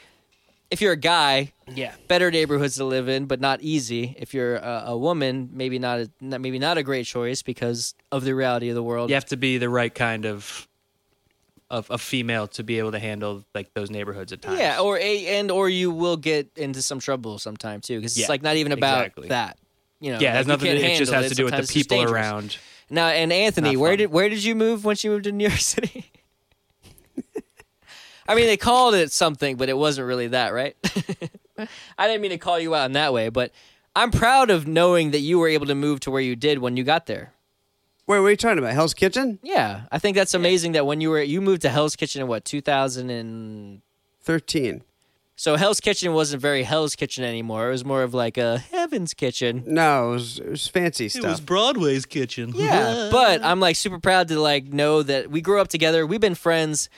Speaker 3: if you're a guy,
Speaker 4: yeah.
Speaker 3: better neighborhoods to live in, but not easy. If you're a, a woman, maybe not, a, not maybe not a great choice because of the reality of the world.
Speaker 4: You have to be the right kind of of a female to be able to handle like those neighborhoods at times.
Speaker 3: Yeah, or a and or you will get into some trouble sometime too, because
Speaker 4: Yeah,
Speaker 3: it's like not even about
Speaker 4: exactly.
Speaker 3: that. You know,
Speaker 4: Yeah, it
Speaker 3: like,
Speaker 4: has
Speaker 3: you
Speaker 4: nothing.
Speaker 3: can't
Speaker 4: To, it just
Speaker 3: handle
Speaker 4: has to do with the
Speaker 3: Sometimes it's just
Speaker 4: people
Speaker 3: dangerous.
Speaker 4: around.
Speaker 3: Now, and Anthony,
Speaker 4: Not
Speaker 3: where
Speaker 4: fun.
Speaker 3: did where did you move once you moved to New York City? I mean, they called it something, but it wasn't really that, right? I didn't mean to call you out in that way, but I'm proud of knowing that you were able to move to where you did when you got there.
Speaker 2: Wait, what are you talking about? Hell's Kitchen,
Speaker 3: Yeah, I think that's amazing that when you were you moved to Hell's Kitchen in what 2000 and
Speaker 2: thirteen.
Speaker 3: So Hell's Kitchen wasn't very Hell's Kitchen anymore. It was more of like a Heaven's Kitchen.
Speaker 2: No, it was, it was fancy stuff.
Speaker 4: Broadway's kitchen.
Speaker 3: Yeah, but I'm like super proud to like know that we grew up together. We've been friends.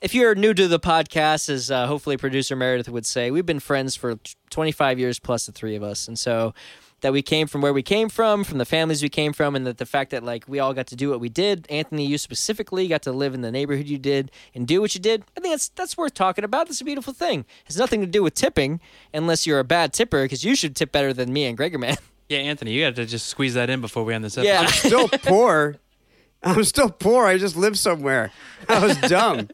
Speaker 3: If you're new to the podcast, as uh, hopefully producer Meredith would say, we've been friends for t- 25 years plus the three of us, and so that we came from where we came from, from the families we came from, and that the fact that like we all got to do what we did. Anthony, you specifically got to live in the neighborhood you did and do what you did. I think that's that's worth talking about. That's a beautiful thing. It has nothing to do with tipping, unless you're a bad tipper, because you should tip better than me and Gregor man.
Speaker 4: yeah, Anthony, you got to just squeeze that in before we end this
Speaker 3: Yeah.
Speaker 4: episode.
Speaker 2: still poor. I'm still poor. I just live somewhere. I was dumb.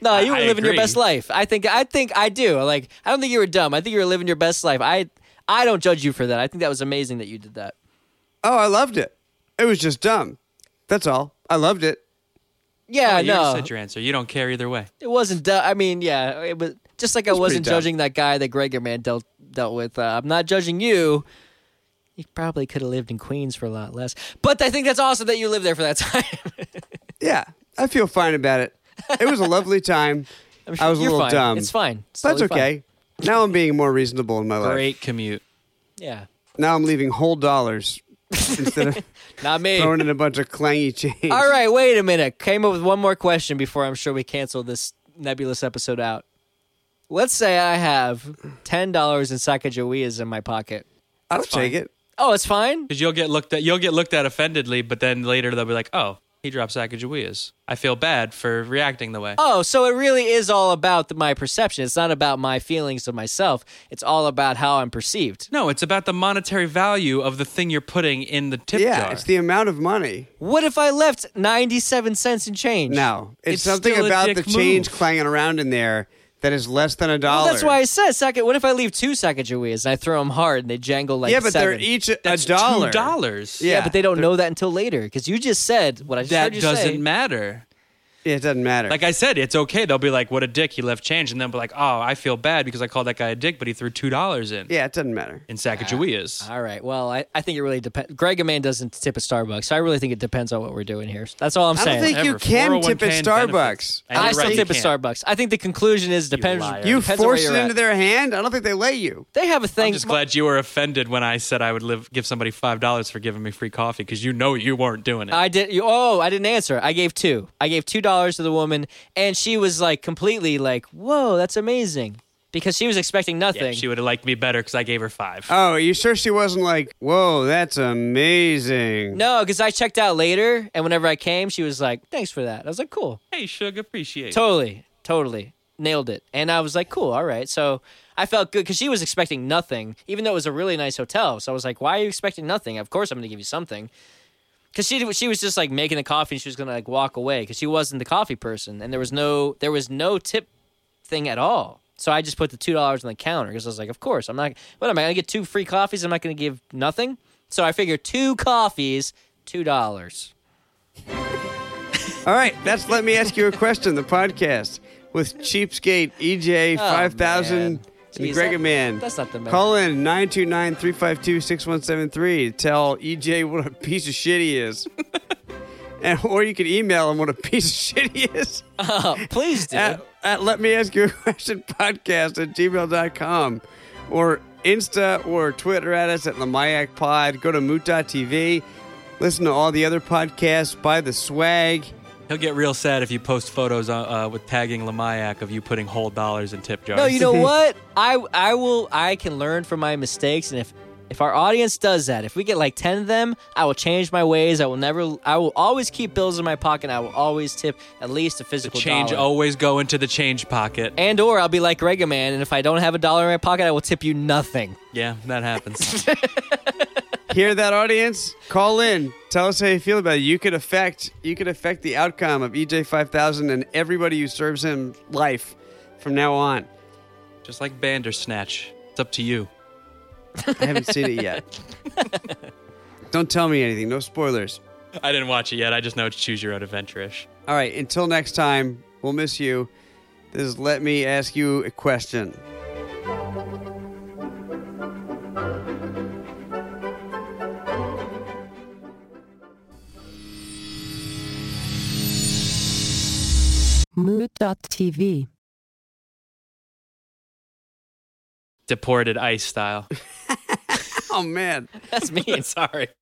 Speaker 3: No,
Speaker 4: I-
Speaker 3: you were
Speaker 4: I
Speaker 3: living your
Speaker 4: agree.
Speaker 3: best life. I think I think I do. Like I don't think you were dumb. I think you were living your best life. I I don't judge you for that. I think that was amazing that you did that.
Speaker 2: Oh, I loved it. It was just dumb. That's all. I loved it. Oh,
Speaker 3: Yeah,
Speaker 4: You already
Speaker 3: no.
Speaker 4: said your answer. You don't care either way.
Speaker 3: It wasn't dumb. I mean, yeah, it was just like I wasn't
Speaker 2: pretty dumb.
Speaker 3: judging that guy that Gregor man dealt dealt with. Uh, I'm not judging you. You probably could have lived in Queens for a lot less. But I think that's awesome that you lived there for that time.
Speaker 2: Yeah, I feel fine about it. It was a lovely time.
Speaker 3: I'm
Speaker 2: I was a
Speaker 3: you're
Speaker 2: little
Speaker 3: fine.
Speaker 2: dumb.
Speaker 3: It's fine. It's
Speaker 2: But That's
Speaker 3: totally fine.
Speaker 2: okay. Now I'm being more reasonable in my life.
Speaker 4: Great commute.
Speaker 3: Yeah.
Speaker 2: Now I'm leaving whole dollars instead of
Speaker 3: Not me.
Speaker 2: throwing in a bunch of clangy change.
Speaker 3: All right, wait a minute. Came up with one more question before I'm sure we cancel this nebulous episode out. Let's say I have ten dollars in Sacagaweas in my pocket.
Speaker 2: I'll take it.
Speaker 3: Oh, it's fine.
Speaker 4: Because you'll get looked at. You'll get looked at offendedly, but then later they'll be like, "Oh, he dropped Sacagaweas. I feel bad for reacting the way."
Speaker 3: Oh, so it really is all about the, my perception. It's not about my feelings of myself. It's all about how I'm perceived.
Speaker 4: No, it's about the monetary value of the thing you're putting in the tip
Speaker 2: Yeah,
Speaker 4: jar.
Speaker 2: it's the amount of money.
Speaker 3: What if I left ninety-seven cents in change?
Speaker 2: No, it's,
Speaker 4: It's
Speaker 2: something
Speaker 4: still a
Speaker 2: about
Speaker 4: dick
Speaker 2: the change
Speaker 4: move.
Speaker 2: clanging around in there that is less than a dollar.
Speaker 3: Well, that's why I said second. What if I leave two Sacagaweas and I throw them hard and they jangle like
Speaker 2: yeah, but they they're
Speaker 3: seven?
Speaker 2: each a,
Speaker 4: That's
Speaker 2: a dollar.
Speaker 4: Two dollars.
Speaker 2: Yeah.
Speaker 3: yeah, but they don't know that until later because you just said what I just
Speaker 4: That
Speaker 3: heard you
Speaker 4: doesn't
Speaker 3: say.
Speaker 4: matter.
Speaker 2: Yeah, it doesn't matter.
Speaker 4: Like I said, it's okay. They'll be like, "What a dick! He left change," and then be like, "Oh, I feel bad because I called that guy a dick, but he threw two dollars in
Speaker 2: yeah, it doesn't matter.
Speaker 4: in Sacagaweas."
Speaker 3: All right. Well, I, I think it really depends. Greg Aman doesn't tip at Starbucks. So I really think it depends on what we're doing here. That's all I'm
Speaker 2: I don't
Speaker 3: saying.
Speaker 2: think you
Speaker 4: Whatever.
Speaker 2: can tip
Speaker 4: 401k
Speaker 2: at
Speaker 3: oh
Speaker 4: and
Speaker 2: Starbucks.
Speaker 4: benefits. And
Speaker 3: I
Speaker 4: you're
Speaker 3: still
Speaker 4: right, you
Speaker 3: tip at
Speaker 4: can't.
Speaker 3: Starbucks. I think the conclusion is depends.
Speaker 4: liar.
Speaker 2: You
Speaker 3: depends on where
Speaker 2: force it
Speaker 3: you're
Speaker 2: into
Speaker 3: at.
Speaker 2: their hand. I don't think they let you.
Speaker 3: They have a thing.
Speaker 4: I'm just glad you were offended when I said I would live, give somebody five dollars for giving me free coffee because you know you weren't doing it.
Speaker 3: I did. You, oh, I didn't answer. I gave two. I gave two dollars to the woman, and she was like completely like, "Whoa, that's amazing." because she was expecting nothing.
Speaker 4: She would have liked me better because I gave her five.
Speaker 2: Oh, are you sure she wasn't like, whoa, that's amazing?
Speaker 3: no, because I checked out later, and whenever I came, she was like, "Thanks for that." I was like, "Cool."
Speaker 4: hey, Sugar, appreciate it.
Speaker 3: Totally, totally nailed it. And I was like, cool, all right. So I felt good because she was expecting nothing, even though it was a really nice hotel. So I was like, why are you expecting nothing? Of course, I'm going to give you something. Because she she was just like making the coffee, and she was going to like walk away because she wasn't the coffee person, and there was no there was no tip thing at all. So I just put the two dollars on the counter because I was like, of course, I'm not. What am I going to get two free coffees? I'm not going to give nothing. So I figured two coffees, two dollars.
Speaker 2: All right, that's Let Me Ask You a Question, the podcast with Cheapskate, E EJ,
Speaker 3: Oh,
Speaker 2: 5000,
Speaker 3: man.
Speaker 2: and the
Speaker 3: Jeez,
Speaker 2: Gregor
Speaker 3: that-
Speaker 2: Man.
Speaker 3: that's not the man.
Speaker 2: Call in 929 352 6173. Tell EJ what a piece of shit he is. and, or you can email him what a piece of shit he is
Speaker 3: Oh, Please do.
Speaker 2: at, at Let Me Ask You a Question podcast at gmail.com or Insta or Twitter at us at Lamayak Pod. Go to moot.tv. Listen to all the other podcasts. Buy the swag.
Speaker 4: He'll get real sad if you post photos uh, uh, with tagging Lamayak of you putting whole dollars in tip jars.
Speaker 3: No, you know what? I I will I can learn from my mistakes and if if our audience does that, if we get like 10 of them, I will change my ways. I will never I will always keep bills in my pocket. and I will always tip at least a
Speaker 4: The
Speaker 3: physical
Speaker 4: change
Speaker 3: dollar.
Speaker 4: always go into the change pocket.
Speaker 3: and or I'll be like Gregor man and if I don't have a dollar in my pocket, I will tip you nothing.
Speaker 4: Yeah, that happens.
Speaker 2: Hear that, audience? Call in. Tell us how you feel about it. You could affect you could affect the outcome of EJ five thousand and everybody who serves him life from now on.
Speaker 4: Just like Bandersnatch. It's up to you.
Speaker 2: I haven't seen it yet. Don't tell me anything. No spoilers.
Speaker 4: I didn't watch it yet. I just know it's choose your own adventure ish.
Speaker 2: All right. Until next time, we'll miss you. This is let me ask you a question.
Speaker 1: Mood.tv.
Speaker 4: Deported ice style.
Speaker 2: Oh man. Oh,
Speaker 3: That's me.
Speaker 4: Sorry.